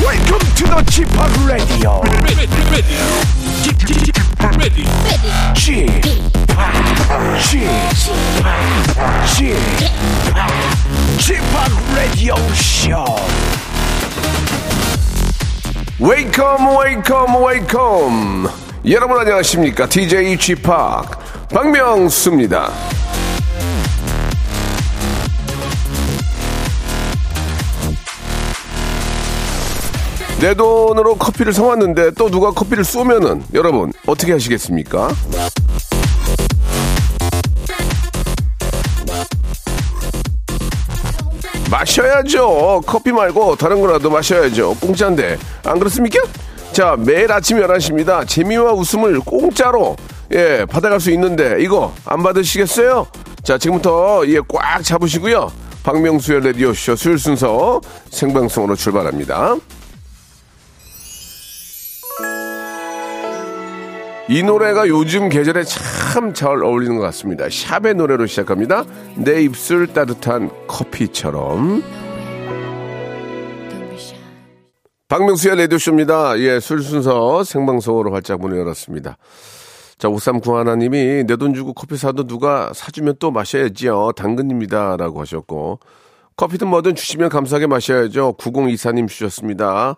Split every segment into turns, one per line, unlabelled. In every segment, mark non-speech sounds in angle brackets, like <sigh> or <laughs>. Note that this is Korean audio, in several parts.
Welcome to the g p o p Radio.
ready, ready, ready, ready,
g p o p g p o p Radio Show. Welcome, welcome, welcome. 여러분 안녕하십니까? DJ g p o p 박명수입니다. 내 돈으로 커피를 사왔는데 또 누가 커피를 쏘면은 여러분 어떻게 하시겠습니까? 마셔야죠. 커피 말고 다른 거라도 마셔야죠. 공짜인데. 안 그렇습니까? 자, 매일 아침 11시입니다. 재미와 웃음을 공짜로 예, 받아갈 수 있는데 이거 안 받으시겠어요? 자, 지금부터 예, 꽉 잡으시고요. 박명수의 라디오쇼 수요일 순서 생방송으로 출발합니다. 이 노래가 요즘 계절에 참 잘 어울리는 것 같습니다. 샵의 노래로 시작합니다. 내 입술 따뜻한 커피처럼. 박명수의 레디오쇼입니다. 예, 술 순서 생방송으로 활짝 문을 열었습니다. 자, 5391님이 내 돈 주고 커피 사도 누가 사주면 또 마셔야지요. 당근입니다. 라고 하셨고. 커피든 뭐든 주시면 감사하게 마셔야죠. 9024님 주셨습니다.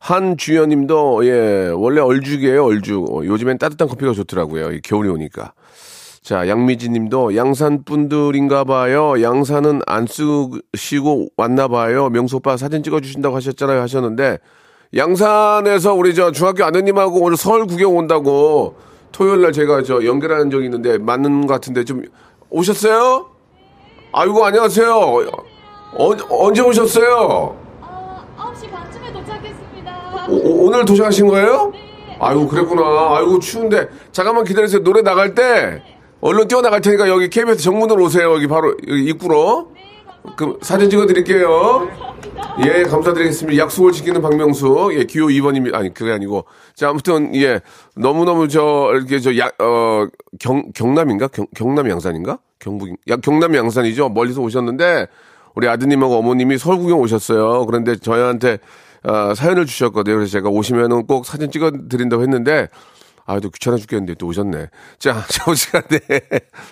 한주연님도 예 원래 얼죽이에요 얼죽 어, 요즘엔 따뜻한 커피가 좋더라고요 이 겨울이 오니까 자 양미지님도 양산 분들인가봐요 양산은 안 쓰시고 왔나봐요 명수 오빠 사진 찍어주신다고 하셨잖아요 하셨는데 양산에서 우리 저 중학교 아드님하고 오늘 서울 구경 온다고 토요일 날 제가 저 연결하는 적이 있는데 맞는 것 같은데 좀 오셨어요? 아이고 안녕하세요 언- 언제 오셨어요?
아, 9시 반쯤에 도착했습니다.
오, 늘 도착하신 거예요? 아이고 그랬구나. 아이고 추운데 잠깐만 기다리세요. 노래 나갈 때 얼른 뛰어 나갈 테니까 여기 KBS 정문으로 오세요. 여기 바로 여기 입구로. 그럼 사진 찍어 드릴게요. 예, 감사드리겠습니다. 약속을 지키는 박명수. 예, 기호 2번입니다. 아니, 그게 아니고. 자, 아무튼, 예, 너무너무 저, 이렇게 저, 야, 어, 경, 경남인가? 경, 경남 양산인가? 경북, 야, 경남 양산이죠. 멀리서 오셨는데, 우리 아드님하고 어머님이 서울 구경 오셨어요. 그런데 저희한테, 아, 사연을 주셨거든요. 그래서 제가 오시면은 꼭 사진 찍어 드린다고 했는데, 아, 또 귀찮아 죽겠는데 또 오셨네. 자, <laughs> 저 시간에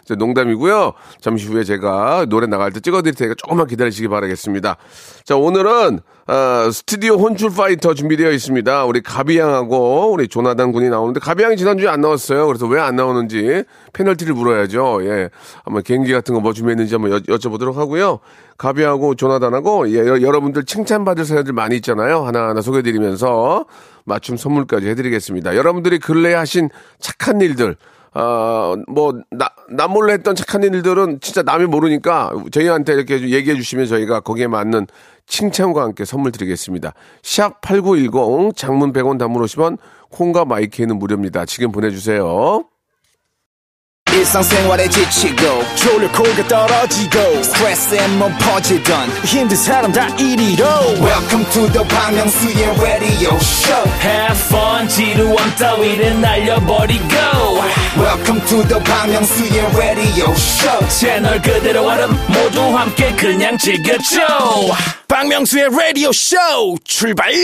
저 농담이고요. 잠시 후에 제가 노래 나갈 때 찍어드릴 테니까 조금만 기다리시기 바라겠습니다. 자, 오늘은 어, 스튜디오 혼출 파이터 준비되어 있습니다. 우리 가비양하고 우리 조나단 군이 나오는데 가비양이 지난주에 안 나왔어요. 그래서 왜 안 나오는지 페널티를 물어야죠. 예, 한번 개인기 같은 거 뭐 준비했는지 한번 여, 여쭤보도록 하고요. 가비하고 조나단하고 예, 여- 여러분들 칭찬받을 사연들 많이 있잖아요. 하나하나 소개해드리면서 맞춤 선물까지 해드리겠습니다. 여러분들이 근래에 하신 착한 일들, 어, 뭐, 나, 남몰래 했던 착한 일들은 진짜 남이 모르니까 저희한테 이렇게 얘기해 주시면 저희가 거기에 맞는 칭찬과 함께 선물 드리겠습니다. 샵8910 장문 100원 단문 50원 콩과 마이키는 무료입니다. 지금 보내주세요.
일상생활에 지치고, 졸려 코가 떨어지고, 스트레스에 몸 퍼지던, 힘든 사람 다 이리로. welcome to the Bang Myung-soo's radio show
Have fun 지루함 따위를 날려버리고
welcome to the Bang Myung-soo's radio show
채널 그대로 얼음 모두 함께 그냥 즐겨줘
박명수의 radio show 출발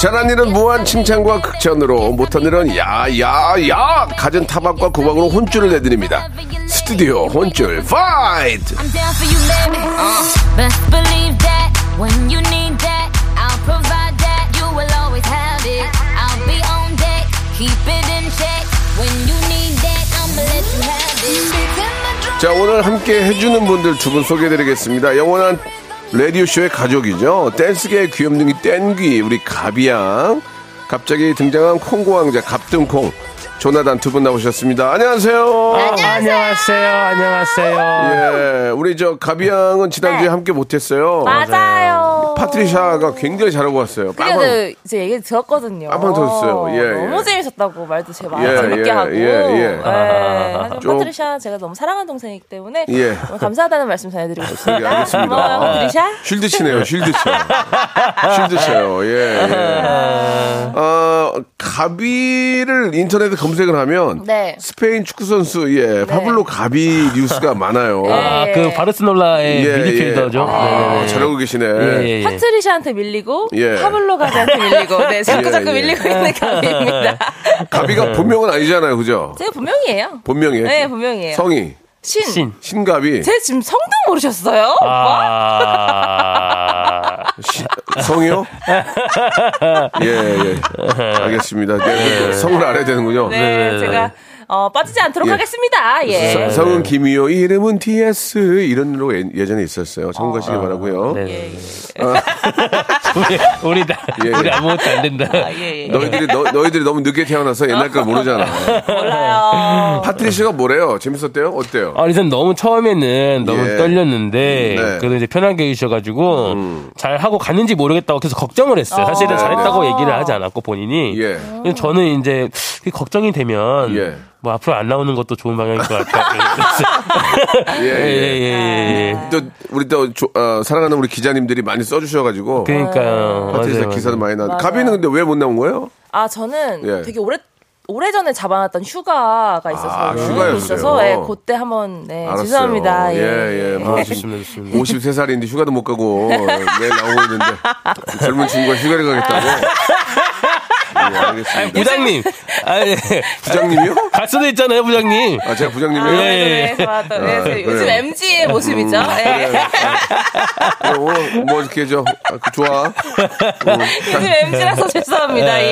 잘한 일은 무한 칭찬과 극찬으로 못한 일은 예. 야야야 가진 타박과 구박으로 혼쭐을 내드립니다. 스튜디오 혼쭐 파이트
I'm down for you, baby.
아.
Best believe that when you need that, I'll provide that. You will always have it. I'll be on deck, keep it in check. When you need that, I'ma let you have it.
자 오늘 함께 해주는 분들 두 분 소개해드리겠습니다. 영원한 라디오쇼의 가족이죠. 댄스계의 귀염둥이 땡귀 우리 가비양 갑자기 등장한 콩고왕자 갑등콩 조나단 두 분 나오셨습니다. 안녕하세요.
안녕하세요. 안녕하세요. 네.
예, 우리 저 가비양은 지난주에 함께 못했어요.
맞아요.
파트리샤가 굉장히 잘하고 왔어요.
그래도
빵빵.
이제 얘기 들었거든요.
빵빵 터졌어요. 예, 예.
너무 재밌었다고 말도 제
예,
말을 재밌게
예,
하고.
예,
예,
예.
하지만
좀-
파트리샤 제가 너무 사랑하는 동생이기 때문에
예.
너무 감사하다는 말씀 전해드리고 싶습니다.
예, 알겠습니다.
고마워요, 파트리샤.
쉴드 치네요, 쉴드 쳐. 쉴드 쳐요, 예, 예. 아, 가비를 인터넷에 검색을 하면
네.
스페인 축구 선수 예 파블로 가비 뉴스가 많아요.
예.
아, 그 바르스놀라의
예,
미드필더죠.
예. 아,
네네네.
잘하고 계시네.
예, 예, 예.
파트리샤한테 밀리고
예.
파블로 가드한테 밀리고 네
<laughs>
자꾸
예,
자꾸
예. <laughs>
밀리고 있는 감입니다.
네.
가비가 본명은 아니잖아요, 그죠?
제가 본명이에요.
본명이에요.
네 본명이에요.
성이
신.
신.
신가비
제 지금 성도 모르셨어요? 오빠?
아,
<laughs>
성이요? 예, 예. 알겠습니다. 네, 성을 알아야 되는군요.
네, 제가 어, 빠지지 않도록
예.
하겠습니다.
서-
네.
예.
성은 김이요, 이름은 TS 이런 노래가 예- 예전에 있었어요. 참고하시기 바라고요.
<laughs>
예.
네. 우리, 우리, 다,
예,
우리
예.
아무것도 안 된다.
아, 예, 예.
너희들이 너, 너희들이 너무 늦게 태어나서 옛날 걸
<laughs>
모르잖아.
몰라요.
파트리시가 뭐래요? 재밌었대요? 어때요?
아, 일단 너무 처음에는 너무
예.
떨렸는데
네. 음.
그래도 이제 편하게 해주셔가지고 잘 하고 갔는지 모르겠다고 계속 걱정을 했어요.
네,
사실은 잘했다고
네.
얘기를 하지 않았고 본인이.
예.
근데 저는 이제 그게 걱정이 되면
예.
뭐 앞으로 안 나오는 것도 좋은 방향일 것 같아요.
예, 예.
예예예.
또 우리 또 조- 어, 사랑하는 우리 기자님들이 많이 써주셔가지고
그러니까요.
파트리시
맞아요,
기사도
맞아요.
많이 나. 가비는 근데 왜 못 나온 거예요?
아 저는
예.
되게 오래 오래 전에 잡아놨던 휴가가 있어서
아,
연휴
휴가였어요.
있어서 예, 그때 한번 네
알았어요.
죄송합니다. 예.
예, 예. 뭐
아,
지금
좋습니다, 좋습니다.
53살인데 휴가도 못 가고 매일 나오고 있는데 젊은 친구가 휴가를
<laughs>
가겠다고. 예, 알겠습니다.
부장님, 아, 예.
부장님이요?
갈 수도 있잖아요, 부장님.
아, 제가
아,
부장님이에요?
네, 네, 좋았던,
아,
네, 지금 요즘
음,
MG의 모습이죠. 예.
어, 어, 뭐 이렇게 저 아, 그 좋아.
<laughs> 요즘 MG라서 죄송합니다. 예,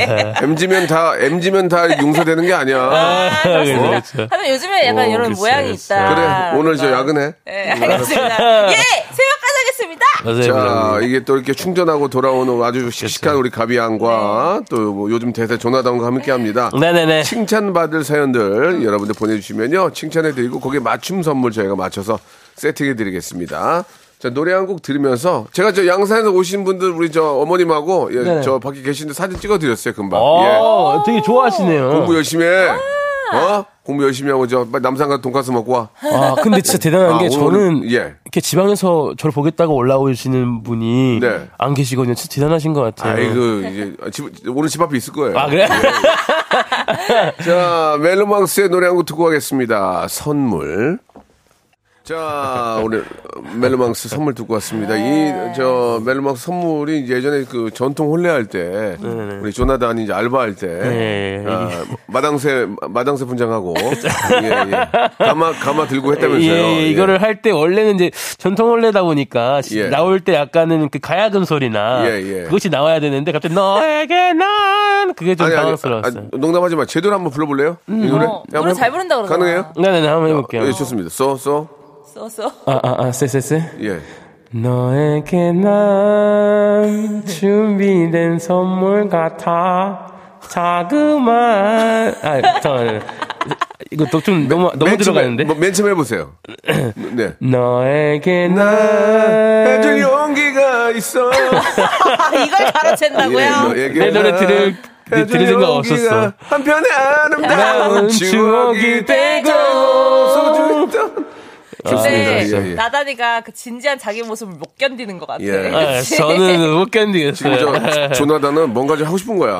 예.
MG면 다 MG면 다 용서되는 게 아니야.
아,
그렇죠,
그렇습니다.
그렇죠.
하면 요즘에 약간
어,
이런
글쎄,
모양이
글쎄.
있다.
아,
그래 오늘 음. 저
그러니까.
야근해.
네,
예, 알겠습니다. 예, 새벽까지 하겠습니다.
맞아요, 그렇죠.
자,
부장님.
이게 또 이렇게 충전하고 돌아오는 아주 씩씩한 우리 가비양과 또 뭐 요즘 대세 조나단과 함께 합니다.
네. 네네네.
칭찬받을 사연들 여러분들 보내주시면요. 칭찬해드리고 거기에 맞춤 선물 저희가 맞춰서 세팅해드리겠습니다. 자, 노래 한 곡 들으면서 제가 저 양산에서 오신 분들 우리 저 어머님하고 예,
네네.
저 밖에 계신데 사진 찍어드렸어요, 금방. 예.
어, 되게 좋아하시네요.
공부 열심히 해. 어? 공부 열심히 하고 저 남산 가서 돈가스 먹고 와.
아, 근데 진짜 대단한
아,
게
오늘은-
저는
예.
이렇게 지방에서 저를 보겠다고 올라오시는 분이
네.
안 계시거든요. 진짜 대단하신 것 같아요.
아이고, 그 이제 집- 오늘 집 앞에 있을 거예요.
아, 그래?
자, 멜로망스의 노래 한 곡 듣고 가겠습니다. 선물. 자, 오늘 멜로망스 선물 듣고 왔습니다.
네.
이, 저, 멜로망스 선물이 예전에 그 전통 혼례할 때, 우리 조나단이 이제 알바할 때,
네.
아, 마당새, 마당새
<laughs>
분장하고, 예, 예. 가마, 가마 들고 했다면서요.
예, 이거를 할 때 원래는 이제 전통 원래다 보니까 시-
예.
나올 때 약간은 그 가야금 소리나
예, 예.
그것이 나와야 되는데 갑자기 너에게 난 그게 좀
아니, 아니,
당황스러웠어요.
아, 농담하지 마. 제대로 한번 불러볼래요? 이 노래? 예,
어, 노래 잘 부른다 그러잖아.
가능해요?
네네네 한번 해볼게요.
예, 좋습니다. 쏘, 쏘.
써서.
아아아 쎄쎄쎄.
예.
너에게 난 준비된 선물 같아 자그만 아 잠깐만요. 이거 또좀 너무 너무
맨 처음에,
들어가는데.
뭐, 맨 처음 해보세요.
<laughs>
네.
너에게
나 해줄
난
용기가 <laughs> 있어.
아, 이걸
예, 뭐,
가르친다고요?
내 노래 들을 들을 생각 없었어.
한편의 아름다운
나는
추억이
추억이 아,
되고
되고
소중했던.
네.
근데
좋습니다. 예, 예.
나단이가 그 진지한 자기 모습을 못 견디는 것 같아.
예.
아, 저는 못 견디겠어요.
지금
<laughs>
저 조나단은 뭔가 좀 하고 싶은 거야.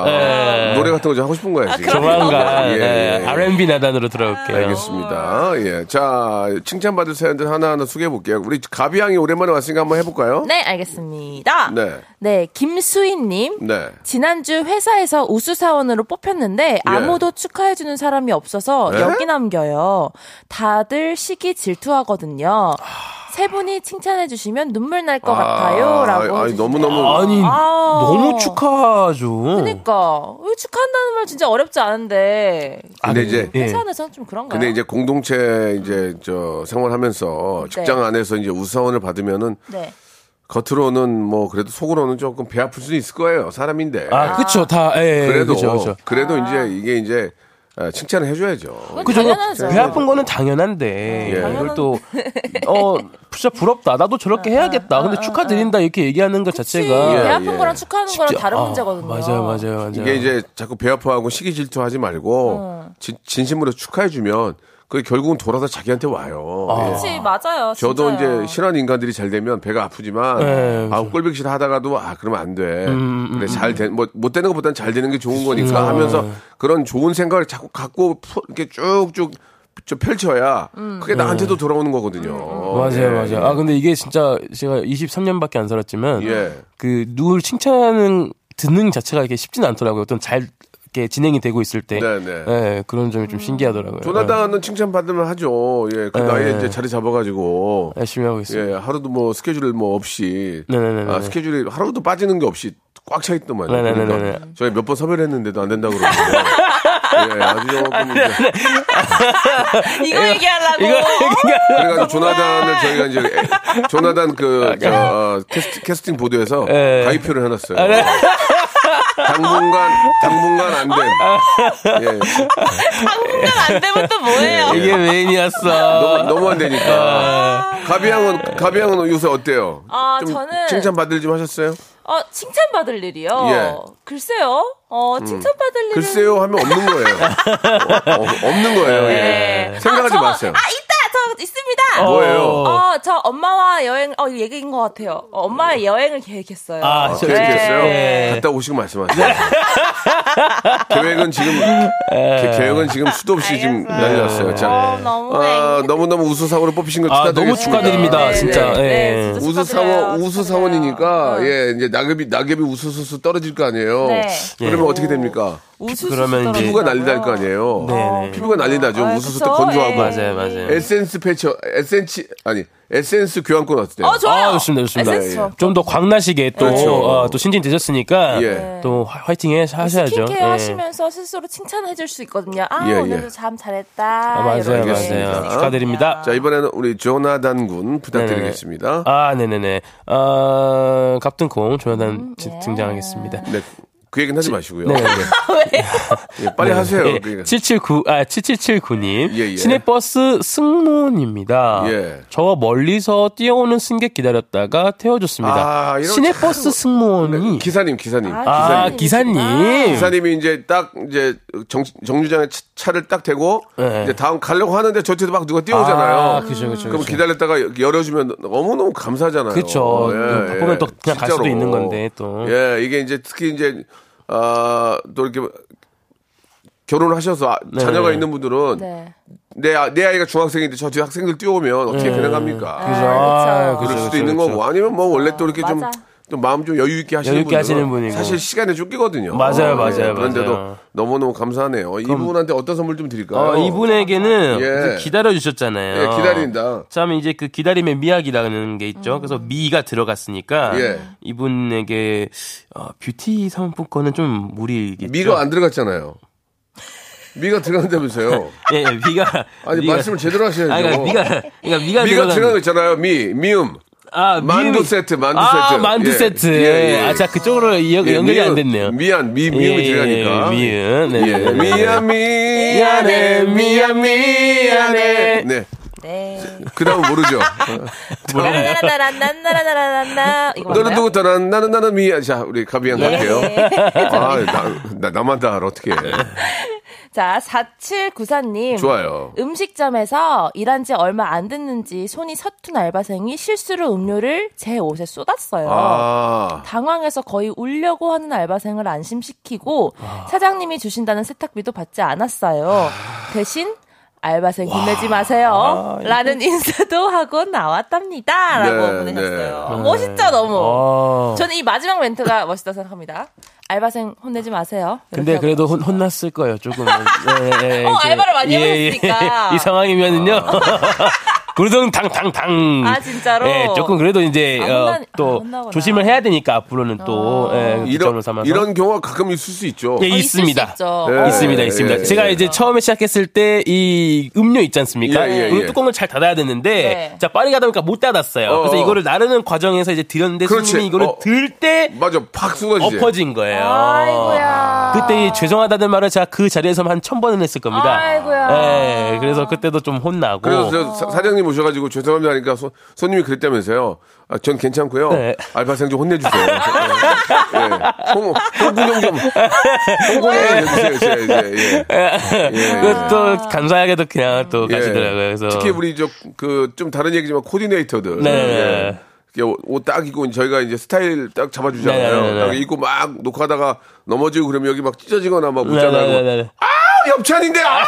노래 같은 거 좀 하고 싶은
아,
거야 지금.
네. 조만간
예,
네,
예.
R&B 나단으로 들어올게요.
알겠습니다. 예, 자 칭찬받을 사연들 하나하나 소개해 볼게요. 우리 가비양이 오랜만에 왔으니까 한번 해볼까요?
네, 알겠습니다.
네.
네, 김수희님.
네.
지난주 회사에서 우수사원으로
예.
뽑혔는데 아무도 축하해주는 사람이 없어서
네?
여기 남겨요. 다들 시기 질투하거든요. 세 분이 칭찬해주시면 눈물 날 것 같아요. 라고.
아, 니 너무 너무.
아니
아.
너무 축하죠.
그니까. 그러니까. 축하한다는 말 진짜 어렵지 않은데.
근데 이제
예.
회사 안에서는 좀 그런가요?
근데 이제 공동체 이제 저 생활하면서 직장 안에서 이제 우사원을 받으면은
네.
겉으로는 뭐 그래도 속으로는 조금 배 아플 수도 있을 거예요 사람인데
아 그쵸 다 예, 예,
그래도
그쵸, 그쵸.
그래도 이제 이게 이제 아, 칭찬을 해줘야죠.
그건 당연하죠. 네.
배 아픈 거는 당연한데
예.
이걸 또어 진짜 부럽다. 나도 저렇게
아,
해야겠다. 근데 축하드린다 이렇게 얘기하는 것 자체가
배
예,
아픈
예.
거랑 축하하는 거랑 다른
아,
문제거든요.
맞아요, 맞아요, 맞아요.
이게 이제 자꾸 배 아파하고 시기 질투하지 말고 진, 심으로 축하해주면 그 결국은 돌아서 자기한테 와요.
아.
예.
그렇지 맞아요.
저도
진짜요.
이제 신한 인간들이 잘 되면 배가 아프지만
네, 음,
아 꼴보기 싫어 하다가도 아 그러면 안 돼. 근데 잘된뭐못 되는 것보다는 잘 되는 게 좋은
그렇죠. 네.
거니까 하면서 그런 좋은 생각을 자꾸 갖고 푸- 이렇게 쭉쭉 좀 펼쳐야
음.
그게 나한테도 돌아오는 거거든요.
네. 맞아요,
예.
맞아요. 아 근데 이게 진짜 제가 23년밖에 안 살았지만
예.
그 누굴 칭찬하는 듣는 자체가 이렇게 쉽진 않더라고요. 어떤 잘 이렇게 진행이 되고 있을 때,
네, 네.
예, 그런 점이
음.
좀 신기하더라고요.
조나단은 칭찬받으면 하죠. 예, 그
네.
나이에 이제 자리 잡아가지고
예, 열심히 하고 있어요.
예, 하루도 뭐 스케줄 뭐 없이
네, 네, 네, 네,
아,
네.
스케줄이 하루도 빠지는 게 없이 꽉 차 있더만요.
네, 네, 네,
그러니까
네, 네.
저희 몇 번 섭외했는데도 를안 된다 고 그러고. 예, 아주 조금
네,
이제 예.
이거 얘기하려고.
그래가지고
네.
조나단을 저희가 이제 에, 조나단
아,
그 저, 어, 캐스팅, 캐스팅 보드에서
예.
가입표를 해놨어요. 당분간 당분간 안 됨.
아.
예,
당분간 안 되면 또 뭐예요?
이게 메인이었어.
너무 너무 안
아.
되니까. 가비양은 가비양은 요새 어때요?
아,
좀
저는-
칭찬 받을 좀 하셨어요?
어, 칭찬받을 일이요?
예. 음.
글쎄요. 어, 칭찬받을 일은.
글쎄요 하면 없는 거예요. 어, 어, 없는 거예요. 예.
네.
생각하지
아, 저,
마세요.
아, 있다! 저 있습니다!
뭐예요?
어,
아,
저 엄마와 여행, 어, 이거 얘기인 것 같아요. 어,
네.
엄마의 여행을 계획했어요.
아, 저-
계획했어요?
네.
갔다 오시고 말씀하세요. <laughs> 계획은 지금 계- 계획은 지금 수도 없이 지금 난리 났어요. 자,
어, 너무
아, 너무너무 우수상으로 뽑히신 거
아,
축하드립니다.
너무 축하드립니다,
네,
진짜.
네,
예.
네, 진짜
우수상원,
축하드려요.
우수상원이니까, 예, 이제 낙엽이, 낙엽이 우수수수 떨어질 거 아니에요?
네.
그러면 어떻게 됩니까?
우수수
그러면 이제-
피부가 난리 날 거 아니에요?
네, 네.
피부가 난리 나죠?
아,
우수수
그쵸?
또 건조하고.
예.
맞아요, 맞아요.
에센스 패쳐, 에센스, 아니, 에센스 교환권 어때요? 예,
어, 좋아요.
아, 좋습니다, 좋습니다.
에센스 좋아.
좀 더 광나시게 또,
그렇죠.
어, 또 신진 되셨으니까,
예.
또 화- 화이팅 해, 하셔야죠.
스킨케어
예.
하시면서 스스로 칭찬해줄 수 있거든요. 아,
예, 예.
오늘도 잠 잘했다.
아, 맞아요,
이렇게.
맞아요. 축하드립니다. 네,
자, 이번에는 우리 조나단 군 부탁드리겠습니다.
아, 네네네. 아, 갑등콩 조나단
음,
지- 등장하겠습니다.
네. 그 얘기는 하지 마시고요.
아. 네.
<laughs> 예, 빨리 하세요.
예,
그러니까.
779, 아, 7779님.
예, 예.
시내버스 승무원입니다.
예.
저 멀리서 뛰어오는 승객 기다렸다가 태워줬습니다.
아, 이런 네, 그
시내버스 승무원이.
기사님, 기사님.
아,
기사님.
기사님.
기사님이 이제 딱 이제 정, 정류장에 차- 차를 딱 대고
네.
이제 다음 가려고 하는데 저한테도 막 누가 뛰어오잖아요.
아, 그죠, 그죠,
럼
그죠.
기다렸다가 열어주면 너무 너무 감사하잖아요. 예,
그쵸. 음, 바쁘면 또 그냥 갈 수도
진짜로.
있는 건데, 또.
예, 이게 이제 특히 이제 아또 이렇게 결혼을 하셔서 아-
네.
자녀가 있는 분들은
네.
내, 아- 내 아이가 중학생인데 저 뒤에 학생들 뛰어오면 어떻게
네.
그냥합니까?
그죠.
아, 그쵸.
그럴
그죠,
수도
그죠,
있는
그죠.
거고 아니면 뭐 원래 또 이렇게 좀,
맞아.
좀 마음 좀 여유 있게 하시는
그렇죠. 여유 있게
분들은
하시는 분이고.
사실 시간에 쫓기거든요. 어, 예.
맞아요, 맞아요, 맞아요.
그런데도 너무 너무 감사하네요. 이분한테 어떤 선물 좀 드릴까요?
어, 이분에게는
예.
그래서 기다려주셨잖아요.
예, 기다린다. 음.
참 이제 그 기다림의 미학이라는 게 있죠. 그래서 미가 들어갔으니까
예.
이분에게 어, 뷰티 상품권은 좀 무리겠죠.
미가 안 들어갔잖아요. 미가 들어간다면서요?
예, 예, 미가
<laughs> 아니
미가-
말씀을 제대로 하셔야죠.
아니, 그러니까 미가 그러니까 미가
미가
들어간-
들어간 거 있잖아요. 미 미음.
아
만두
미음이-
세트, 만두
아,
세트.
만두
예,
세트.
예, 예.
아, 자 그쪽으로 연,
예,
결이
미음.
안 됐네요.
미안 미
예,
미음이
예,
들어가니까.
미음. 네,
예,
네, 네.
미안 미안해 미안 미안해. 네.
네.
그다음 은
<laughs>
모르죠.
나나나나나나나나나 이거
너는
맞나요? 네.
누구 떠나 나는 나는 미안. 자 우리 가비양 갈게요. 네. 아나 나만 다 알아 어떻게.
자, 4794님.
좋아요.
음식점에서 일한 지 얼마 안 됐는지 손이 서툰 알바생이 실수로 음료를 제 옷에 쏟았어요.
아
당황해서 거의 울려고 하는 알바생을 안심시키고
아.
사장님이 주신다는 세탁비도 받지 않았어요. 대신 알바생 힘내지
아,
마세요. 라는 인사도 하고 나왔답니다. 라고
네,
보내셨어요. 멋있죠, 너무.
어.
저는 이 마지막 멘트가 멋있다 생각합니다. 알바생 혼내지 마세요.
근데
이렇게
그래도 혼, 혼났을 거예요, 예, 조금.
<laughs> 어, 알바를 많이 해보셨으니까. 어.
예, 이 상황이면은요. <laughs> 그러던 당당당.
아, 진짜로?
예, 조금 그래도 이제
아,
어,
혼나- 아,
또
혼나구나. 어.
조심을 해야 되니까 앞으로는 또 예,
이런
기점을 삼아서.
이런 경우가 가끔 있을 수 있죠.
예,
있을
있습니다.
수 있죠. 어.
예.
있습니다,
예,
있습니다.
예,
제가
예.
이제 처음에 시작했을 때 이 음료 있지 않습니까?
예, 예,
우리
예.
뚜껑을 잘 닫아야 되는데
네.
자 빠르게 하다 보니까 못 닫았어요.
어,
그래서
어.
이거를 나르는 과정에서 이제 들였는데
그렇지.
손님이 이거를
어.
들 때
맞아 팍 쏟아지지.
엎어진 거예요.
아이고야.
그때 이 죄송하다는 말을 제가 그 자리에서 한 천 번은 했을 겁니다.
아이고야.
예, 그래서 그때도 좀 혼나고.
그래서 네. 저 사- 사장님 오셔가지고 죄송합니다 하니까 손, 님이 그랬다면서요. 아, 전 괜찮고요.
네.
알바생 좀 혼내주세요. 예. 예. 홍, 홍구경
<laughs>
좀, 홍구경 좀 해주세요. 제, 제, 예.
<laughs>
예.
그것도 감사하게도 그냥 또 가시더라고요. 그래서
특히 우리 저 그 좀 다른 얘기지만 코디네이터들. 예.
네.
옷딱 입고 저희가 이제 스타일 딱 잡아주잖아요.
네, 네, 네, 네.
딱 입고 막 녹화하다가 넘어지고 그러면 여기 막 찢어지거나 막
네,
묻잖아요.
네, 네, 네.
아, 협찬인데 아,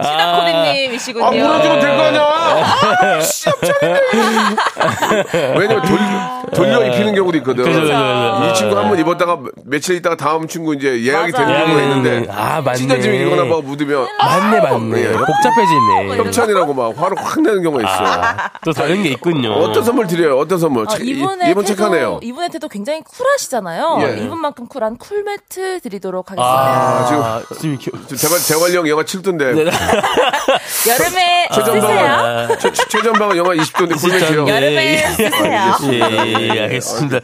신학코디님이시군요.
아 물어주면 될 거 아니야. 아, 씨, 협찬인데. 왜냐면 돌, 돌려 입히는 경우도 있거든.
네. 그죠, 그죠, 그죠. 네.
이 친구 한 번 입었다가 며칠 있다가 다음 친구 이제 예약이
맞아.
되는 경우가
예약이
있는데
되는데. 아, 맞네.
찢어지거나 막 묻으면 아,
맞네, 맞네.
예.
복잡해지네.
협찬이라고 막 화를 확 내는 경우가 있어.
아. 또 다른 게 있군요.
어떤 선물 드려요? 어떤 선물?
아,
차- 이-
이분의
이분
태도,
착하네요.
이분의 태도 굉장히 쿨하시잖아요.
예.
이분만큼 쿨한 쿨매트 드리도록 하겠습니다.
아, 지금 이렇게-
지금 재발 재활령 영화 7도인데
네.
아,
여름에 쓰세요.
최전방 최, 최전방은 영화 20도인데 굴매지요. 어,
예,
여름에
예.
쓰세요.
예, 예, 예, 알겠습니다.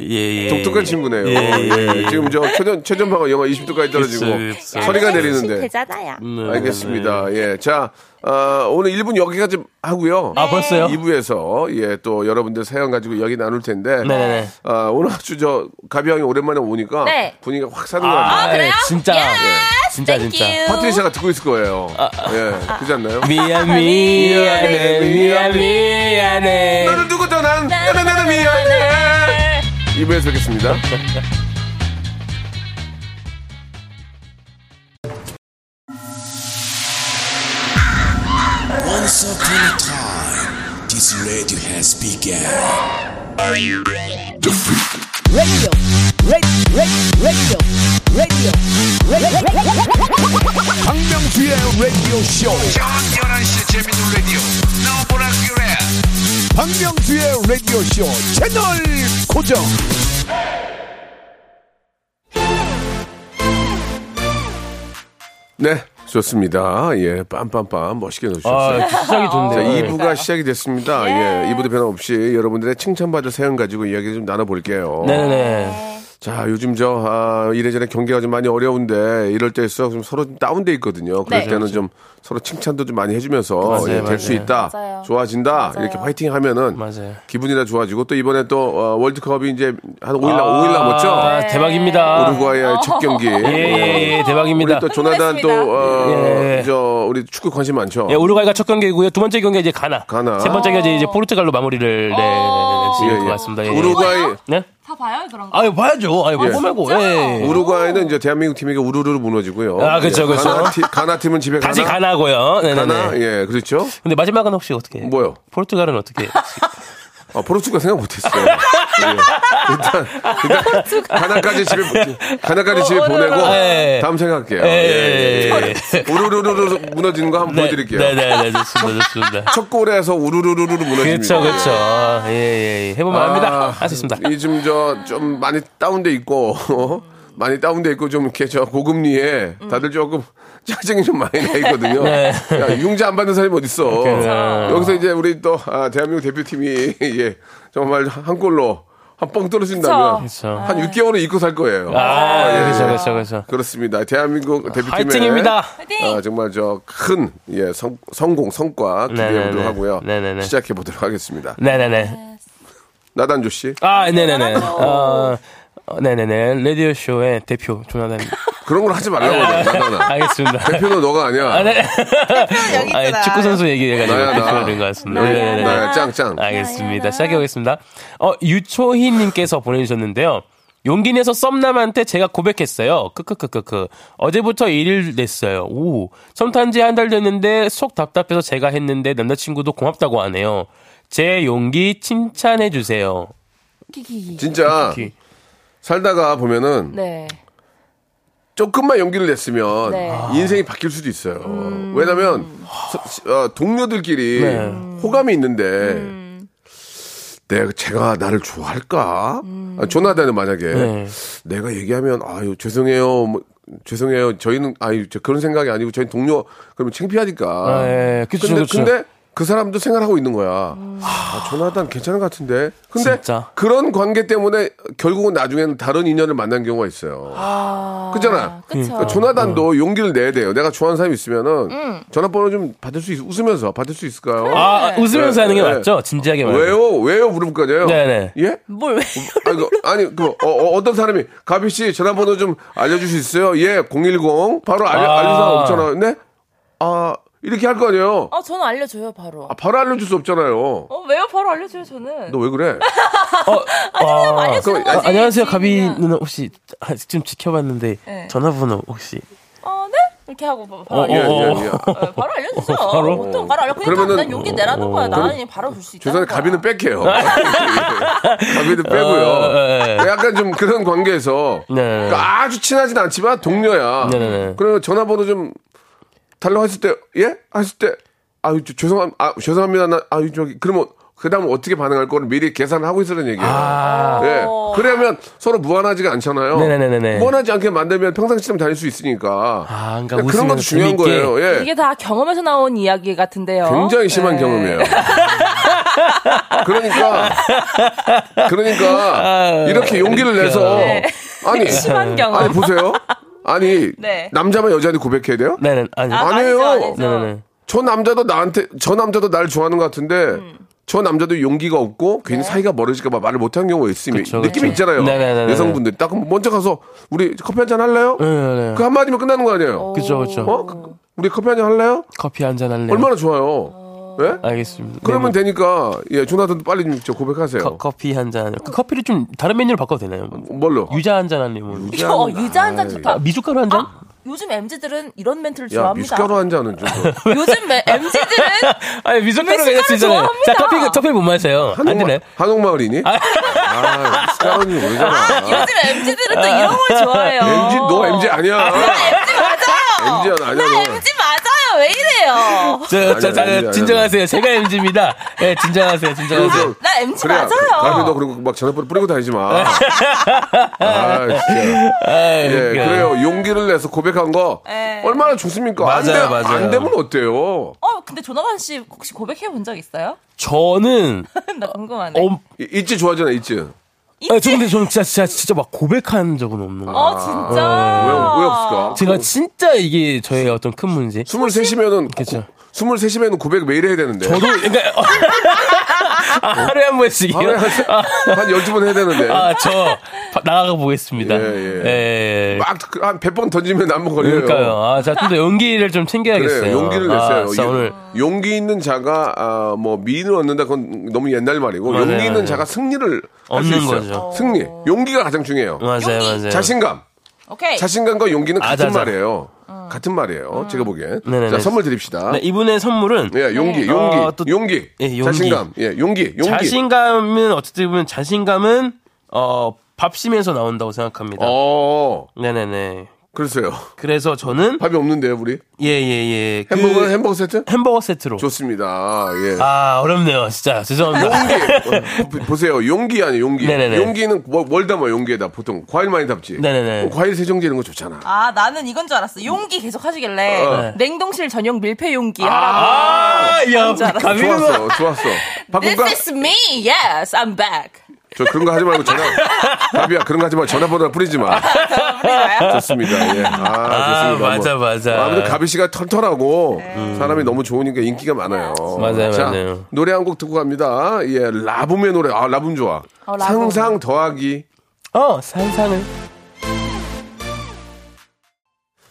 예, 예.
아, 독특한 친구네요.
예, 예,
예, 지금 저 최전 최전방은 영화 20도까지 떨어지고
있어요, 있어요.
네,
소리가 내리는데.
되잖아요.
음,
알겠습니다. 예, 자 아, 오늘 1분 여기까지 하고요.
아, 벌써요?
2부에서 예 또 여러분들 사연 가지고 이야기 나눌 텐데.
네네네.
아, 오늘 아주 저 가비 형이 오랜만에 오니까
네.
분위기가 확 사는 것 같아요.
그래요?
예, 진짜. 진짜,
땡큐.
진짜.
파트리샤가 듣고 있을 거예요. 예, 그렇지 않나요?
미안, 미안해, 미안, 미안해.
나를 두고 떠난 나나나 미안해 2부에서 뵙겠습니다
Once upon a time, this radio has begun.
박명수의 라디오 쇼. 저녁 11시 재밌는 라디오. 너보라 그래. 박명수의 라디오 쇼 채널 고정.
네 좋습니다 예 빰빰빰 멋있게 넣어주셨어요
아, 시작이
자,
좋네요.
2부가 시작이 됐습니다. 예, 2부도 변함없이 여러분들의 칭찬받을 사연 가지고 이야기 좀 나눠볼게요.
네네네.
자, 요즘 저, 아, 이래저래 경기가 좀 많이 어려운데 이럴 때일수록 좀 서로 좀 다운돼 있거든요. 그럴
네.
때는 좀 서로 칭찬도 좀 많이 해주면서
그렇죠.
예,
맞아요,
될 수
맞아요.
있다.
맞아요.
좋아진다. 이렇게 화이팅 하면은
맞아요.
기분이나 좋아지고 또 이번에 또 어, 월드컵이 이제 한 5일, 남 5일
아,
남았죠?
대박입니다.
우루과이의 첫 경기.
<laughs> 예, 예, 예,
우리
대박입니다.
또 조나단 또, 어,
예.
저, 우리 축구 관심 많죠?
예, 우루과이가 첫 경기고요. 두 번째 경기가 이제 가나.
가나.
세 번째 경기 이제 포르투갈로 마무리를 네, 네, 네, 지을 것 같습니다. 예.
우루과이,
네?
다 봐요, 그런 거.
아유 봐야죠. 아유 보고 말고. 예.
우루과이는 이제 대한민국 팀에게 우르르 무너지고요.
아, 그쵸,
예,
그쵸.
가나, 팀, 가나 팀은 집에 가나.
다시 가나고요. 네네네.
가나? 예, 그렇죠.
근데 마지막은 혹시 어떻게? 해요?
뭐요?
포르투갈은 어떻게? 해요?
아, 포르투갈 생각 못했어요. 예. 일단, 일단 가나까지 집에 보- 가나까지 집에
어, 어,
보내고
어, 어,
어.
다음 생각할게요.
예.
예, 예.
예.
우르르르르 무너지는 거 한번 <laughs> 보여드릴게요.
네네네 좋습니다
<laughs>
좋습니다.
첫 골에서 우르르르르 무너집니다.
그렇죠 그렇죠. 예예 해보면 합니다. 할 수 있습니다.
아, 이 지금 저 좀 많이 다운돼 있고 어? 많이 다운돼 있고 좀 이렇게 저 고금리에 다들 조금 <laughs> 짜증이 좀 많이 나 있거든요.
네.
야, 융자 안 받는 사람이 어디 있어?
그래요.
여기서 이제 우리 또 아, 대한민국 대표팀이 <laughs> 예, 정말 한 골로 한 뻥 떨어진다면
그렇죠.
한 6개월은 잊고 살 거예요.
아
예,
그렇죠
예.
그렇죠 그렇죠.
그렇습니다. 대한민국 대표팀의
화이팅입니다.
아, 정말 저큰 예, 성, 성공 성과 기대해보도록
네네네.
하고요.
네네네.
시작해 보도록 하겠습니다.
네네네.
나단조 씨
아 네네네. 어, 어, 네네네 라디오 쇼의 대표 조나단입니다.
그런 걸 하지 말라고
네.
그래, 나단아.
<laughs> 알겠습니다.
대표는 너가 아니야.
네. 아, 축구 선수 얘기해가지고
나야, 나.
대표인 것 같습니다.
나야,
네네네.
나야, 짱짱.
알겠습니다. 시작해보겠습니다. 어, 유초희님께서 보내주셨는데요. 용기 내서 썸남한테 제가 고백했어요. 크크크크크. 어제부터 일을 냈어요. 오. 처음 탄지 한 달 됐는데 속 답답해서 제가 했는데 남자친구도 고맙다고 하네요. 제 용기 칭찬해주세요.
예.
키키키.
진짜
오케이.
살다가 보면은
<laughs> 네.
조금만 용기를 냈으면
네.
아.
인생이 바뀔 수도 있어요. 왜냐면 서- 시- 어, 동료들끼리
네.
호감이 있는데 내가 제가 나를 좋아할까? 아, 조나단은 만약에
네.
내가 얘기하면 아유 죄송해요. 뭐, 죄송해요. 저희는 아유 저 그런 생각이 아니고 저희 동료 그러면 창피하니까.
아, 예, 그쵸,
근데
그쵸.
근데 그 사람도 생활하고 있는 거야. 아, 조나단 괜찮은 것 같은데. 근데
진짜.
그런 관계 때문에 결국은 나중에는 다른 인연을 만난 경우가 있어요.
아.
그잖아.
그쵸.
그러니까 조나단도
음.
용기를 내야 돼요. 내가 좋아하는 사람이 있으면은 전화번호 좀 받을 수 있, 웃으면서 받을 수 있을까요?
아,
네,
웃으면서 하는 게
네.
맞죠? 진지하게 말고.
왜요? 왜요? 물어볼 거아요
네네.
예?
뭘 왜?
아니, 그, 아니, 그, 어, 떤 사람이, 가비 씨 전화번호 좀 알려줄 수 있어요? 예, 010. 바로 알려,
아.
알려줄 사람 없잖아요. 네? 아, 이렇게 할 거 아니에요?
어, 저는 알려줘요, 바로.
아, 바로 알려줄 수 없잖아요.
어, 왜요? 바로 알려줘요, 저는.
너 왜 그래?
아,
알려주는
그럼 아,
아,
거지.
안녕하세요, 가비
지인이야.
누나 혹시 아, 지금 지켜봤는데
네.
전화번호 혹시
어, 네? 이렇게 하고 바- 바로
어,
예,
알려.
예, 예.
네,
<laughs>
바로 알려주죠.
바로?
보통 바로 알려. 그러니까
그러면은-
난 용기 내라는 거야. 나는 바로 줄 수 있다.
죄송한데 가비는
<laughs>
뺄게요. 가비는 빼고요.
어, 예,
약간 좀 그런 관계에서
네, 네, 네.
그러니까 아주 친하진 않지만 동료야.
네, 네, 네.
그러면 전화번호 좀 달라고 했을 때 예? 했을 때 아유 죄송함 아, 죄송합니다. 나, 아유 저기 그러면 그다음 어떻게 반응할 거를 미리 계산을 하고 있으라는 얘기예요. 예. 그러면 서로 무한하지가 않잖아요.
아. 네네네네.
무한하지 않게 만들면 평상시처럼 다닐 수 있으니까.
아, 그러니까
런 것도
웃으면서
중요한
재밌게.
거예요. 예.
이게 다 경험에서 나온 이야기 같은데요. <laughs>
어?
굉장히 심한
네.
경험이에요. <laughs> 그러니까
아,
그러니까 이렇게 용기를 내서
네.
아니
<laughs>
심한 경험.
아니 보세요. 아니
네.
남자만 여자한테 고백해야 돼요?
네네 아니
아,
아니에요.
아니죠, 아니죠.
네네네
저 남자도 나한테 저 남자도 나를 좋아하는 것 같은데
음.
저 남자도 용기가 없고 괜히 사이가 멀어질까 봐 말을 못하는 경우가 있으면
네. 그쵸,
느낌이
그쵸.
있잖아요.
네네네네.
여성분들 딱 먼저 가서 우리 커피 한잔 할래요?
네네네.
그 한마디면 끝나는 거 아니에요?
그쵸 그쵸 네.
어? 그- 우리 커피 한잔 할래요?
커피 한 잔 할래요
얼마나
어.
좋아요. 예?
알겠습니다
그러면
네네. 뭐.
되니까 예 조나단도 빨리 좀저 고백하세요.
커, 커피 한잔 그 커피를 좀 다른 메뉴로 바꿔도 되나요? 뭐,
뭘로?
유자 한 잔 할래요 뭐.
어, 유자 한 잔 좋다.
아, 미숫가루 한 잔? 아,
요즘 MZ들은 이런 멘트를
야
좋아합니다.
미숫가루 한 잔은 좀 더.
요즘 매- MZ들은
<laughs>
니 미숫가루
미숫가루
괜찮수 있잖아요
좋아합니다.
자 커피 커피 못 마세요 <laughs> 안
한옥마-
되네
한옥마을이니? 아 미숫가루는 모르잖아.
요즘 MZ들은 또 이런 걸 좋아해요.
MG 너 MG 아니야.
MZ 맞아요.
MG 는 아니야.
나
너.
MZ 맞아요. 왜 이래요?
자,
아니야,
자,
아니야,
자, 진정하세요 제가 MG입니다 예 진정하세요 진정하세요
나 MZ
그래.
맞아요.
다음에 너 그리고 막 전화번호 뿌리고 다니지
네.
마. 아 진짜. 예
네.
그래요. 용기를 내서 고백한 거
네.
얼마나 좋습니까? 안,
맞아요,
되,
맞아요.
안 되면 어때요?
어, 근데 조나단 씨 혹시 고백해 본 적 있어요? <laughs>
저는
나 궁금하네.
어,
이- 있지 좋아하잖아 있지.
아, 저 근데 저는 진짜, 진짜, 진짜 막 고백한 적은 없는 거예요.
아.
어, 진짜.
왜, 왜
아.
없을까?
제가 진짜 이게 저의 어떤 큰 문제.
스물 세시면은
그쵸.
스물 세시면은 고백 매일 해야 되는데.
저도, 그러니까, 어, 아, 하루에 한 번씩이요?
뭐. 하루에
<laughs>
한- 한 열두 번 해야 되는데.
아, 저, 바- 나가가 보겠습니다.
예, 예.
예.
막한 100번 던지면 한번 걸려요.
그러니까요. 아, 자, 좀 더 용기를 좀 챙겨야겠어요.
그래 용기를
아,
냈어요.
진짜
용-
오늘.
용기 있는 자가 아, 뭐 미인을 얻는다 그건 너무 옛날 말이고
맞아요,
용기 있는
맞아요.
자가 승리를 할 수
얻는
있어요.
거죠.
승리 용기가 가장 중요해요.
맞아요,
용기.
맞아요.
자신감
오케이.
자신감과 용기는
아,
같은
자, 자.
말이에요. 같은 말이에요. 제가 보기엔
네네네.
자 선물 드립시다.
네, 이분의 선물은.
예 용기
네.
용기
어, 또-
용기.
예, 용기.
자신감 예 용기 용기
자신감은, 어쨌든 보면 자신감은, 어, 밥심에서 나온다고 생각합니다.
어
네네네.
그랬어요.
그래서 저는,
밥이 없는데요 우리
예, 예, 예. 그
햄버거 는 햄버거 세트
햄버거 세트로.
좋습니다. 예.
아, 어렵네요. 진짜. 죄송합니다.
용기 어, 보세요 용기 아니에요 용기
네네네.
용기는 뭐- 뭘 담아 용기에다 보통 과일 많이 담지
네네네.
어, 과일 세정제 이런 거 좋잖아
아, 나는 이건 줄 알았어. 용기 계속 하시길래.
어.
냉동실 전용 밀폐 용기 하라고.
아, 야,
뭔지 알았어.
감히
좋았어 좋았어
This
바쁜가
is me. Yes, I'm back.
저 그런 거 하지 말고 전화 가비야 그런 거 하지 말고 전화번호 뿌리지 마 좋습니다 예아
아,
좋습니다
맞아, 맞아.
아무튼 가비 씨가 털털하고 음. 사람이 너무 좋으니까 인기가 많아요.
맞아요,
자,
맞아요.
노래 한 곡 듣고 갑니다. 예, 라붐의 노래. 아, 라붐 좋아.
어, 라붐.
상상 더하기.
어, 상상을.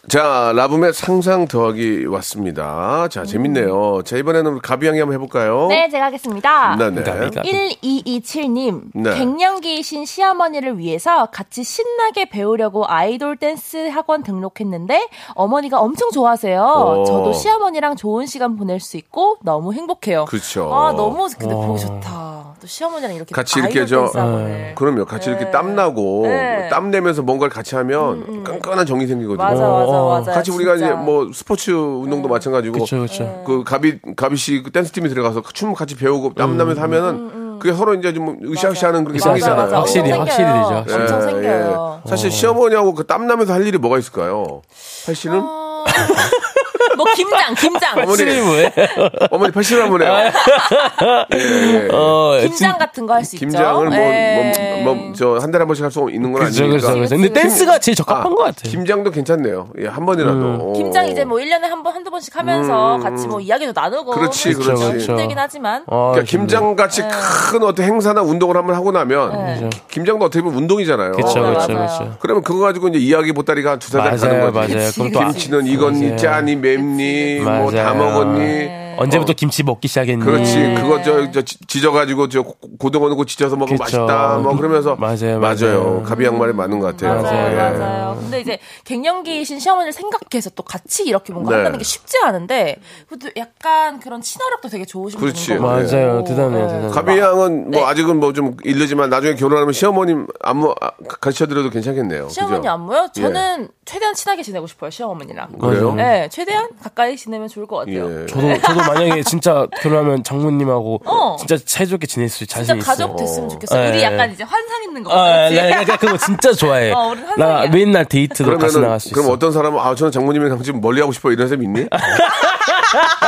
자, 라붐의 상상 더하기 왔습니다. 자, 재밌네요. 자, 이번에는 우리 가비 양이 한번 해볼까요?
네, 제가 하겠습니다.
어. 네네.
가비가.
1227님,
네.
갱년기이신 시어머니를 위해서 같이 신나게 배우려고 아이돌 댄스 학원 등록했는데 어머니가 엄청 좋아하세요.
오.
저도 시어머니랑 좋은 시간 보낼 수 있고 너무 행복해요.
그쵸.
아, 너무 근데
어.
보기 좋다. 또 시어머니랑 이렇게
같이
아이돌
이렇게 저-
댄스
네.
학원을.
그럼요. 같이 이렇게 땀나고,
네.
땀내면서 뭔가를 같이 하면 끈끈한 정이 생기거든요.
맞아, 맞아,
어.
맞아.
같이 우리가
진짜. 네.
이제 뭐 스포츠 운동도 마찬가지고
그쵸, 그쵸.
그 가비 가비 씨그 댄스 팀이 들어가서 춤 같이 배우고 땀 나면서 하면은
음,
그게 서로 이제 좀 으쌰으쌰하는 그게
음. 맞아,
생기잖아요.
맞아. 확실히, 어.
엄청 생겨요.
확실히 되죠.
예,
어, 엄청 생겨요. 어. 어.
예. 사실 시어머니하고 그 땀 나면서 할 일이 뭐가 있을까요? 팔 씨는
<laughs> 뭐 김장, 김장.
어머니.
확실히 뭐예요?
어머니 80을 한번
<laughs>
해요. 예. <laughs>
어,
김장 같은 거 할 수 있죠.
김장을
예.
뭐, 뭐, 뭐, 저, 한 달에 한 번씩 할 수 있는 건
그죠,
아니니까.
그죠, 그죠. 근데 댄스가 제일 적합한 것 같아요.
김장도 괜찮네요. 예, 한
음.
번이라도.
음. 김장 이제 뭐 1년에 한 번, 한두 번씩 하면서 같이 뭐 이야기도 나누고.
어. 음. 그렇지,
하면서
그렇지.
그렇죠.
좀 힘들긴 하지만.
아,
그러니까 김장
네.
같이 큰 어떤 행사나 운동을 한번 하고 나면 김장도 어떻게 보면 운동이잖아요.
그렇죠,
네, 맞아요,
그렇죠,
맞아요.
그렇죠.
그러면 그거 가지고 이제 이야기 보따리가 한 두세 달 가는
맞아요,
거지.
맞아요. 그럼 또 아-
김치는 이건니,
맞아요.
짜니, 맵니, 뭐 다
맞아요. 네.
먹었니.
네.
어.
언제부터 김치 먹기 시작했니?
그렇지. 그거 저, 저 지- 지져가지고 저 고- 고등어 넣고 지져서 먹으면
그쵸.
맛있다. 뭐 그러면서
맞아요, 맞아요.
가비 양말이 맞는 것 같아요. 예.
맞아요,
맞아요.
맞아요. 근데 이제 갱년기이신 시어머니를 생각해서 또 같이 이렇게 뭔가
네.
한다는 게 쉽지 않은데, 그래도 약간 그런 친화력도 되게 좋으신
그렇지. 어.
분인 것 같아요.
맞아요.
오,
대단해요,
네.
대단해요.
가비 양은 뭐 아직은 뭐 좀 일르지만 나중에 결혼하면 시어머님 안무 아, 가르쳐드려도 괜찮겠네요. 그죠?
시어머니 안무요?
예.
저는 최대한 친하게 지내고 싶어요, 시어머니랑.
그래요?
네, 최대한 가까이 지내면 좋을 것 같아요.
예.
저도 저도 만약에 진짜 결혼하면 장모님하고
어.
진짜 사이좋게 지낼 수
진짜
자신 있어요.
가족 됐으면 좋겠어요.
예.
우리 약간 이제 환상 있는 것
아,
같아요.
나, 나, 나 그거 진짜 좋아해.
어, 우리
나
환상이야.
맨날 데이트도 같이 나갈 수
그럼
있어.
어떤 사람은 아 저는 장모님이랑 좀 멀리 하고 싶어 이런 사람 있니?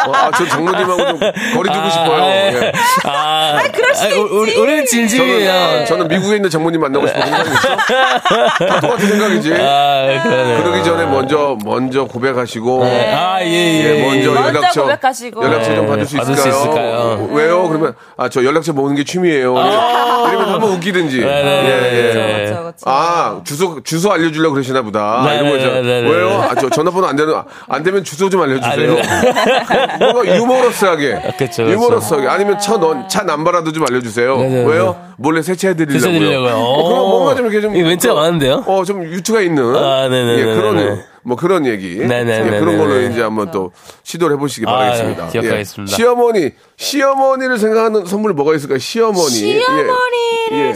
어, 아, 저 장모님하고 좀 거리 두고 싶어요.
네.
예.
아, 그럴 수 우리,
저는,
우리는 진심이에요.
아, 저는 미국에 있는 장모님 만나고 싶어 그런 생각이 있어. 다 똑같은 생각이지.
아, 그러네.
그러기 전에 먼저 먼저 고백하시고
아, 예, 예.
예, 먼저
먼저
연락처
고백하시고.
연락처 좀
네,
받을 수 있을까요?
받을 수 있을까요?
어, 왜요? 그러면 아 저 연락처 모으는 게 취미예요.
아.
이러면 한번 웃기든지.
네,
예, 예.
그렇죠, 그렇죠.
아 주소 주소 알려주려고 그러시나 보다.
네,
이런 거죠.
네, 네, 네,
왜요?
네.
아 저 전화번호 안 되는 안 되면 주소 좀 알려주세요.
아, <laughs>
뭔가 유머러스하게.
그쵸, 그쵸.
유머러스하게 아니면 차차 남바라도 좀 알려주세요.
네, 네,
왜요? 몰래 세차해드리려고요.
세차해드리려고요.
어, 그럼 뭔가 좀 이렇게 좀
이거 멘트가 많은데요?
어, 좀 유추가 있는.
아, 네네네네.
예, 그런, 뭐 그런 얘기.
네네네네.
예, 그런 걸로 이제 한번 또 시도를 해보시기
아,
바라겠습니다.
예, 기억하겠습니다.
예. 시어머니, 시어머니를 생각하는 선물이 뭐가 있을까요? 시어머니.
시어머니를
예. 예.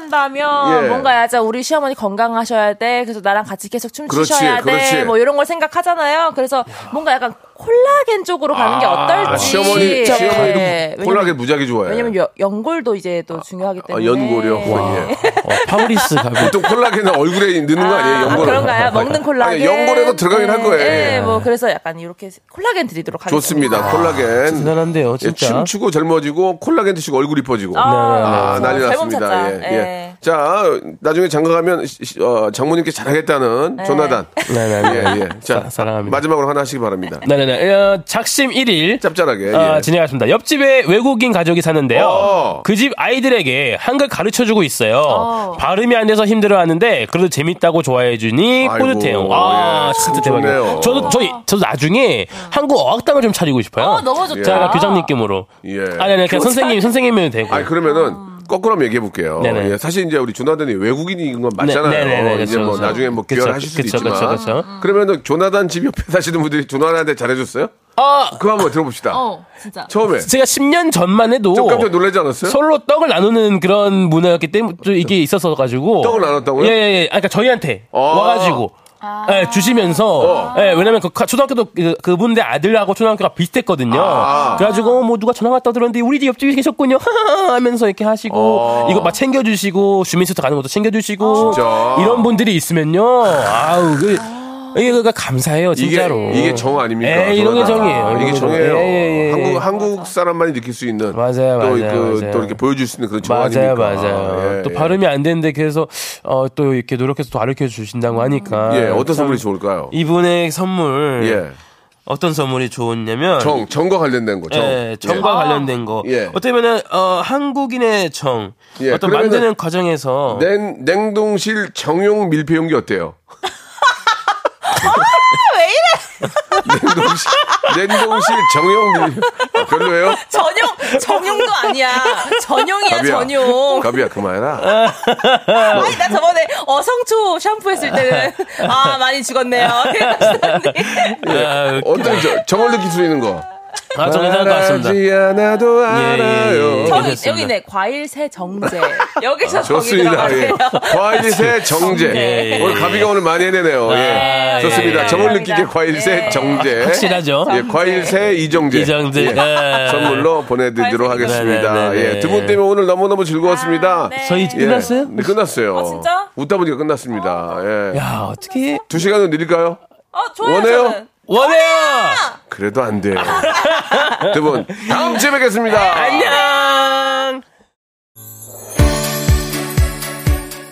생각한다면
예.
뭔가 야자 우리 시어머니 건강하셔야 돼. 그래서 나랑 같이 계속 춤추셔야
그렇지, 그렇지.
돼. 뭐 이런 걸 생각하잖아요. 그래서 뭔가 약간 콜라겐 쪽으로 가는 게 어떨지.
아, 시어머니,
예.
시어머니도 콜라게
왜냐면,
무지하게 좋아해.
왜냐면 여- 네. 연골도 이제 또 중요하기
아,
때문에.
연골이요. 예.
어, 파브리스 가면
<laughs> 보통 콜라겐은 얼굴에 넣는 거 아니에요? 연골.
아, 그런가요? 먹는 콜라겐.
아니, 연골에도 들어가긴 할 거예요.
예,
예.
뭐 그래서 약간 이렇게 콜라겐 드리도록 하겠습니다.
좋습니다. 콜라겐.
대단한데요,
<laughs> 예,
진짜. 네,
춤추고 젊어지고 콜라겐 드시고 얼굴 이뻐지고.
아, 네.
아,
그래서
난리
젊은
났습니다. 예,
찾자.
예. 자, 나중에 장가 가면 시- 시- 어, 장모님께
네.
잘하겠다는 조나단.
네네네.
예, 예. 자,
사- 사랑합니다.
마지막으로 하나 하시기 바랍니다.
네네네. 어, 작심 1일.
짭짤하게.
아,
예.
진행하겠습니다. 옆집에 외국인 가족이 사는데요.
어.
그 집 아이들에게 한글 가르쳐 주고 있어요. 발음이 안 돼서 힘들어하는데 그래도 재밌다고 좋아해 주니
아이고,
뿌듯해요. 아,
예,
진짜
참 좋네요.
대박이에요. 저도 저 저도 나중에 한국 어학당을 좀 차리고 싶어요.
어, 너무 좋다.
제가 교장 느낌으로.
예.
아니 아니 그냥 선생님 선생님이면 되고.
아니, 그러면은 거꾸로 한번 얘기해 볼게요.
예. 네네.
예, 사실 이제 우리 조나단이 외국인인 건 맞잖아요.
네, 네, 네, 네,
이제
그쵸,
뭐
그쵸.
나중에 뭐
그쵸,
귀환하실 수도
그쵸,
있지만.
그쵸, 그쵸.
그러면은 조나단 집 옆에 사시는 분들이 조나단한테 잘해줬어요?
아,
그거 한번 들어봅시다.
어, 진짜.
처음에
제가 10년 전만 해도
좀 깜짝 놀라지 않았어요?
서로 떡을 나누는 그런 문화였기 때문에 또 이게 있었어 가지고
떡을 나눴다고요?
예, 예, 예. 아, 그러니까 저희한테
아. 어.
와가지고. 예, 주시면서 예, 왜냐면 그 가- 초등학교도 그- 그분들 아들하고 초등학교가 비슷했거든요.
아.
그래가지고 어, 뭐 누가 전화 왔다 들었는데 우리 집 옆집에 계셨군요. <laughs> 하면서 이렇게 하시고
어.
이거 막 챙겨주시고 주민센터 가는 것도 챙겨주시고
진짜.
이런 분들이 있으면요. 아우 그 이게 그러니까 감사해요
이게,
진짜로. 예,
이게 정 아닙니까?
에이, 이런 게
저는?
정이에요. 이런
이게
게 정.
정이에요.
예, 예, 예.
한국, 한국 사람만이 느낄 수 있는.
맞아요,
또,
맞아요,
그,
맞아요.
또 이렇게 보여줄 수 있는 그런 정
맞아요,
아닙니까?
맞아요.
예,
또
예.
발음이 안 되는데 그래서 어, 또 이렇게 노력해서 또 가르쳐 주신다고 하니까.
예, 어떤
아, 참
선물이 좋을까요?
이분의 선물
예.
어떤 선물이 좋냐면
정, 정과 관련된 거. 정.
예, 정과 관련된 거.
예.
어떻게 보면 어, 한국인의 정.
예,
어떤
그러면은 네.
만드는 과정에서
냉, 냉동실 정용 밀폐용기 어때요? 아, 냉동실, 냉동실 정용 밀 아, 별로예요?
전용, 전용도 아니야. 전용이야,
가비야.
전용.
가비야, 그만해라. 어.
아니, 나 저번에 어성초 샴푸 했을 때는, 아,
<laughs>
많이 죽었네요.
아,
어떤 저, 정을 느낄 수 있는 거.
아, 정 괜찮을 것 같습니다.
말하지 않아도 알아요.
예, 예.
저기,
괜찮습니다.
여기네. 과일새 정제. 여기서 정이
아, 좋습니다. 예.
들어가네요.
과일새 <laughs> 정제.
예, 예,
오늘 가비가 오늘 많이 해내네요. 예.
아,
좋습니다.
예, 예.
정을 느끼게 과일새 정제.
확실하죠.
예, 과일새 이정재.
이정재.
예,
네.
선물로 보내드리도록 하겠습니다.
네, 아, 네, 네.
예, 두 분 때문에 오늘 너무너무 즐거웠습니다.
저희
예.
끝났어요?
네,
아,
끝났어요.
진짜?
웃다 보니까 끝났습니다. 예.
야, 아, 어떻게
두 시간은 느릴까요?
어, 좋아요.
원해요?
저는.
원해요.
그래도 안
<laughs>
돼요. 여러분, 다음 주에
네,
뵙겠습니다.
안녕.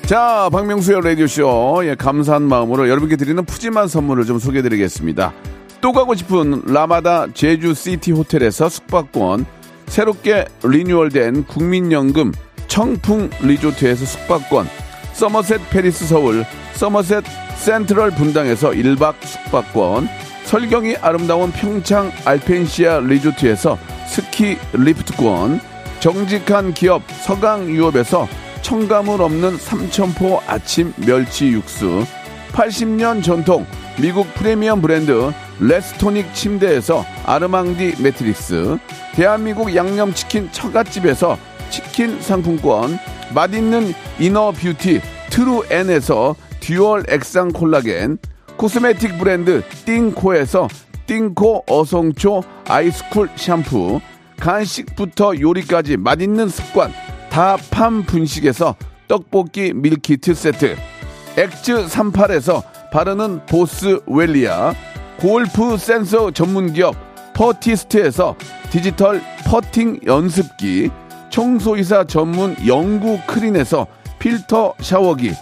자, 박명수의 라디오쇼. 예, 감사한 마음으로 여러분께 드리는 푸짐한 선물을 좀 소개해 드리겠습니다. 또 가고 싶은 라마다 제주시티 호텔에서 숙박권, 새롭게 리뉴얼된 국민연금 청풍 리조트에서 숙박권, 서머셋 페리스 서울, 서머셋 센트럴 분당에서 1박 숙박권, 설경이 아름다운 평창 알펜시아 리조트에서 스키 리프트권, 정직한 기업 서강유업에서 첨가물 없는 삼천포 아침 멸치 육수 80년 전통 미국 프리미엄 브랜드 레스토닉 침대에서 아르망디 매트릭스 대한민국 양념치킨 처갓집에서 치킨 상품권 맛있는 이너 뷰티 트루엔에서 듀얼 액상 콜라겐 코스메틱 브랜드 띵코에서 띵코 어성초 아이스쿨 샴푸 간식부터 요리까지 맛있는 습관 다팜 분식에서 떡볶이 밀키트 세트 엑즈 38에서 바르는 보스 웰리아 골프 센서 전문기업 퍼티스트에서 디지털 퍼팅 연습기 청소이사 전문 영구 크린에서 필터 샤워기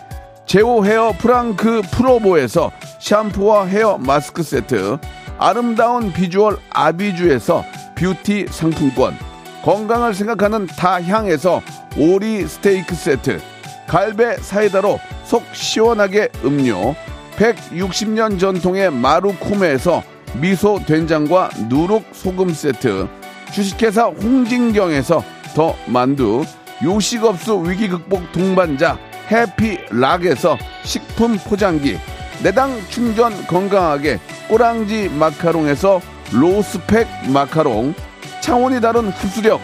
제오 헤어 프랑크 프로보에서 샴푸와 헤어 마스크 세트, 아름다운 비주얼 아비주에서 뷰티 상품권, 건강을 생각하는 다향에서 오리 스테이크 세트, 갈배 사이다로 속 시원하게 음료, 160년 전통의 마루코메에서 미소 된장과 누룩 소금 세트, 주식회사 홍진경에서 더 만두, 요식업소 위기 극복 동반자 해피락에서 식품 포장기, 내당 충전 건강하게 꼬랑지 마카롱에서 로스펙 마카롱, 창원이 다른 흡수력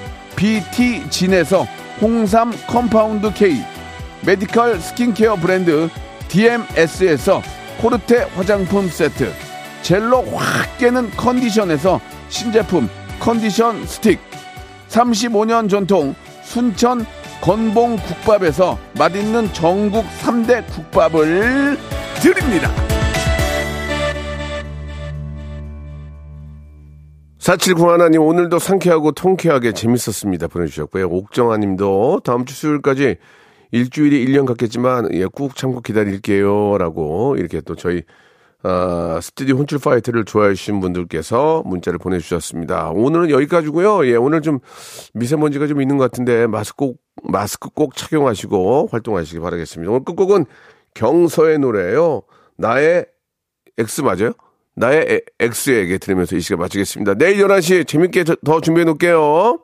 BT진에서 홍삼 컴파운드 K, 메디컬 스킨케어 브랜드 DMS에서 코르테 화장품 세트, 젤로 확 깨는 컨디션에서 신제품 컨디션 스틱, 35년 전통 순천 건봉 국밥에서 맛있는 전국 3대 국밥을 드립니다. 479 하나님 오늘도 상쾌하고 통쾌하게 재밌었습니다 보내주셨고요. 옥정아님도 다음 주 수요일까지 일주일이 1년 같겠지만 예, 꾹 참고 기다릴게요라고 이렇게 또 저희 아, 스튜디오 혼출 파이트를 좋아해 주신 분들께서 문자를 보내주셨습니다. 오늘은 여기까지고요. 예, 오늘 좀 미세먼지가 좀 있는 것 같은데 마스크 꼭, 마스크 꼭 착용하시고 활동하시기 바라겠습니다. 오늘 끝곡은 경서의 노래예요. 나의 X 맞아요? 나의 엑스에게 들으면서 이 시간 마치겠습니다. 내일 11시에 재밌게 저- 더 준비해 놓을게요.